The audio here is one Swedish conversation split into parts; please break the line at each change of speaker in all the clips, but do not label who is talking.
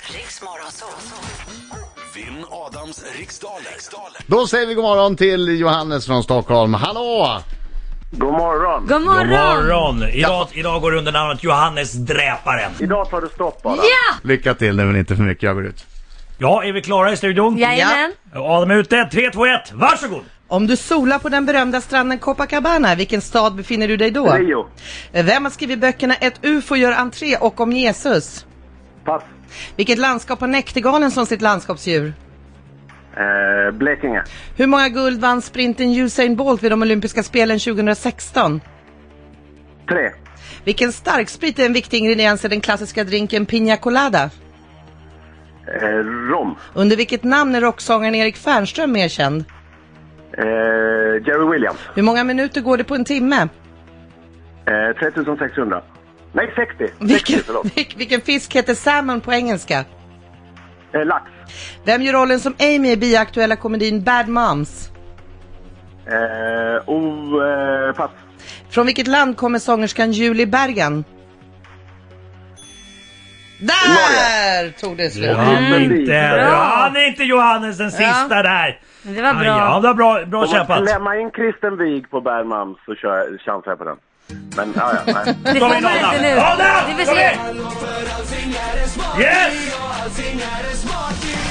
Riks Morgonzoo.
Vinn Adams riksdaler. riksdaler.
Då säger vi god morgon till Johannes från Stockholm. Hallå!
God morgon!
God morgon!
God morgon! Idag, idag går det under namnet Johannes Dräparen.
Idag tar du stopp bara.
Ja!
Lycka till nu men inte för mycket, jag går ut.
Ja, är vi klara i studion?
Jajamän.
Adam är ute, 3, 2, 1, varsågod!
Om du solar på den berömda stranden Copacabana, vilken stad befinner du dig då?
Rio.
Vem har skrivit böckerna Ett UFO gör entré och Om Jesus?
Pass.
Vilket landskap har näktergalen som sitt landskapsdjur?
Eh, Blekinge.
Hur många guld vann sprinten Usain Bolt vid de olympiska spelen 2016?
Tre.
Vilken starksprit är en viktig ingrediens i den klassiska drinken Pina Colada?
Eh, Rom.
Under vilket namn är rocksångaren Erik Fernström mer känd?
Eh, Jerry Williams.
Hur många minuter går det på en timme?
Eh, 3600. Nej, 60. 60
Vilken,
förlåt.
vil- vilken fisk heter salmon på engelska?
Eh, lax.
Vem gör rollen som Amy i biaktuella komedin Bad Moms?
Eh, oh, eh, pass.
Från vilket land kommer sångerskan Julie Bergen? Där tog det slut.
Han är inte,
Bra.
han är inte Johannes den sista där!
Det var
Aj, Ja,
bra.
det var bra, bra
Om man
kämpat.
lämnar in Kristen Wiig på Bad Moms så kör jag, chansar jag på den. Men ja, ja, nej.
Det
Kom
får man
in Adam!
inte nu.
Adam!
Det vill
Kom
säga,
in! Yes!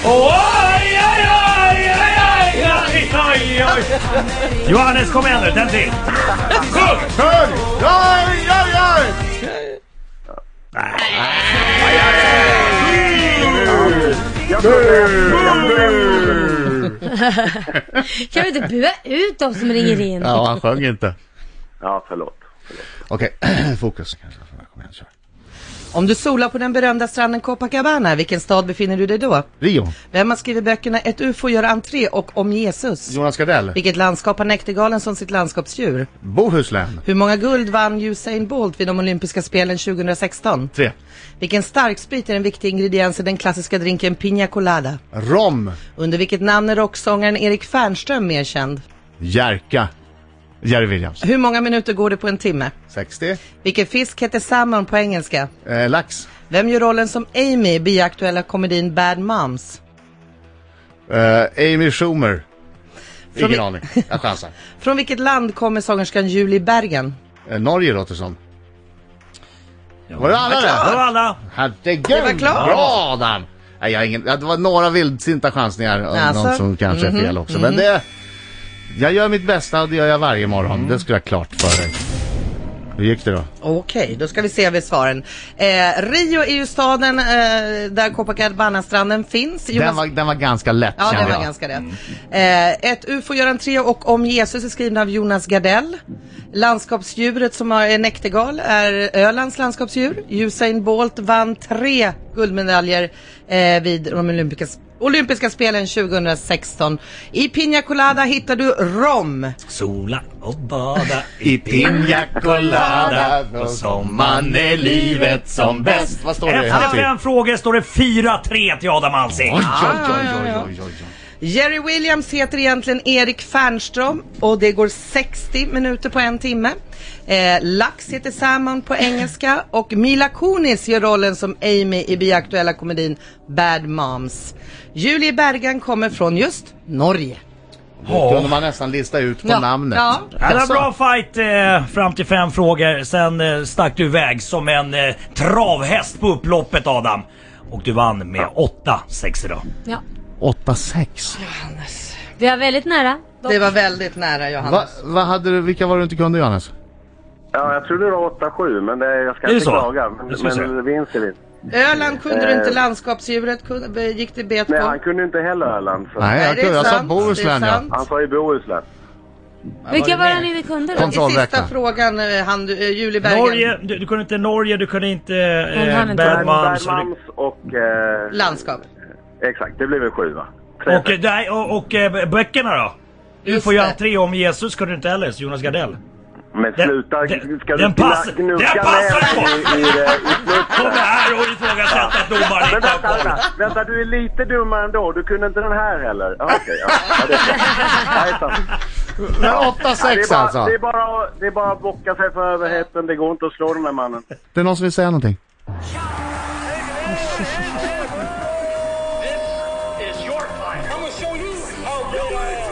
Oj, oj, oj, oj, oj, oj, oj. Johannes kom igen nu, den till! Sjung!
Sjung! Oj, oj, oj!
Jag trodde- jag trodde-
kan vi inte bua ut de som ringer in?
Ja, han sjöng inte.
Ja, förlåt.
Okej, fokus kanske. Kom igen, kör.
Om du solar på den berömda stranden Copacabana, vilken stad befinner du dig då?
Rio,
Vem har skrivit böckerna Ett UFO gör entré och Om Jesus?
Jonas Gardell,
Vilket landskap har näktergalen som sitt landskapsdjur?
Bohuslän,
Hur många guld vann Usain Bolt vid de olympiska spelen 2016?
tre.
Vilken starksprit är en viktig ingrediens i den klassiska drinken Pina Colada?
Rom,
Under vilket namn är rocksångaren Erik Fernström mer känd?
Jerka, Jerry Williams,
Hur många minuter går det på en timme?
60.
Vilken fisk heter salmon på engelska?
Eh, lax,
Vem gör rollen som Amy i biaktuella komedin Bad Moms?
eh, Amy Schumer.
Från
Ingen
vi-
aning, jag chansar.
Från vilket land kommer sångerskan Julie Bergen?
Eh, Norge låter som. Var det alla
Det
det?
var alla.
Herregud!
Det var klart.
Bra Adam! Nej, jag har ingen, ja, det var några vildsinta chansningar. och
Alltså. Mm-hmm.
Någon som kanske är fel också. Men det... Jag gör mitt bästa och det gör jag varje morgon.
Mm.
Det ska jag ha klart för dig. Hur gick det då?
Okej, då ska vi se vid svaren. Eh, Rio är ju staden eh, där Copacabana-stranden finns.
Den var, den var ganska lätt
Ja,
kände
det var
jag.
ganska rätt. Eh, ett UFO gör en tre och Om Jesus är skriven av Jonas Gardell. Landskapsdjuret som har en näktergal är Ölands landskapsdjur. Usain Bolt vann tre guldmedaljer eh, vid de olympiska, olympiska spelen 2016. I Pina Colada hittar du rom.
Sola och bada
I Pina Colada på sommaren är livet som bäst. Vad står det? typ.
Efter fem frågor står det 4-3 till Adam Alsing.
Oj, oj, oj, oj, oj, oj, oj.
Jerry Williams heter egentligen Erik Fernström och det går 60 minuter på en timme. Eh, Lax heter Salmon på engelska och Mila Kunis gör rollen som Amy i biaktuella komedin Bad Moms. Julie Bergan kommer från just Norge.
Det kunde man nästan lista ut på
Ja.
namnet.
Ja.
Det var en
Alltså.
bra fight eh, fram till fem frågor, sen eh, stack du iväg som en eh, travhäst på upploppet Adam. Och du vann med 8-6 idag.
Ja.
8-6.
Vi var väldigt nära.
Det var väldigt nära Johannes.
Va, vad hade du, vilka var det du inte kunde Johannes?
Ja, jag trodde det var 8-7, men det, jag ska
Är det
inte
så?
klaga. Men,
Det ska vi se.
men vinst är vinst.
Öland kunde du inte,
Eh.
landskapsdjuret kunde, gick det bet på.
Nej, han kunde inte heller Öland. Så.
Nej, jag,
det är
kunde, jag sa
sant, det är
Bohuslän ja.
sant.
Han sa ju Bohuslän.
Vilka var det ni inte kunde då?
Kom.
I sista
Kontrollräkna.
frågan, eh, han, eh, Julie Bergen.
Norge, du, du kunde inte Norge, du kunde inte
Hon hann
eh,
inte.
Bad Moms. och
Bad
du-
Moms och... Eh,
Landskap.
exakt, det blev en sjua. Tre-
Och, eh, nej, och, och eh, böckerna då? Du
Just
får ju
det.
entré om Jesus kunde du inte heller, så Jonas Gardell.
Men
den-
sluta,
den-
ska
den
du gna-
pass-
gnugga
den passar
näven
på!
i, i, det- i
Kom
slutet?
här och ifrågasätt att domaren
Men
inte
vänta,
har
vänta,
koll.
vänta, du är lite dummare ändå. Du kunde inte den här heller. Ah, Okej, ja. ja. det är sant. Ja, det är sant.
Men
Ja, det är
8-6
bara-
alltså.
Det är bara att- det är bara att bocka sig för överheten. Det går inte att slå den där mannen.
Det är någon som vill säga någonting.
I'm gonna show you how great I am.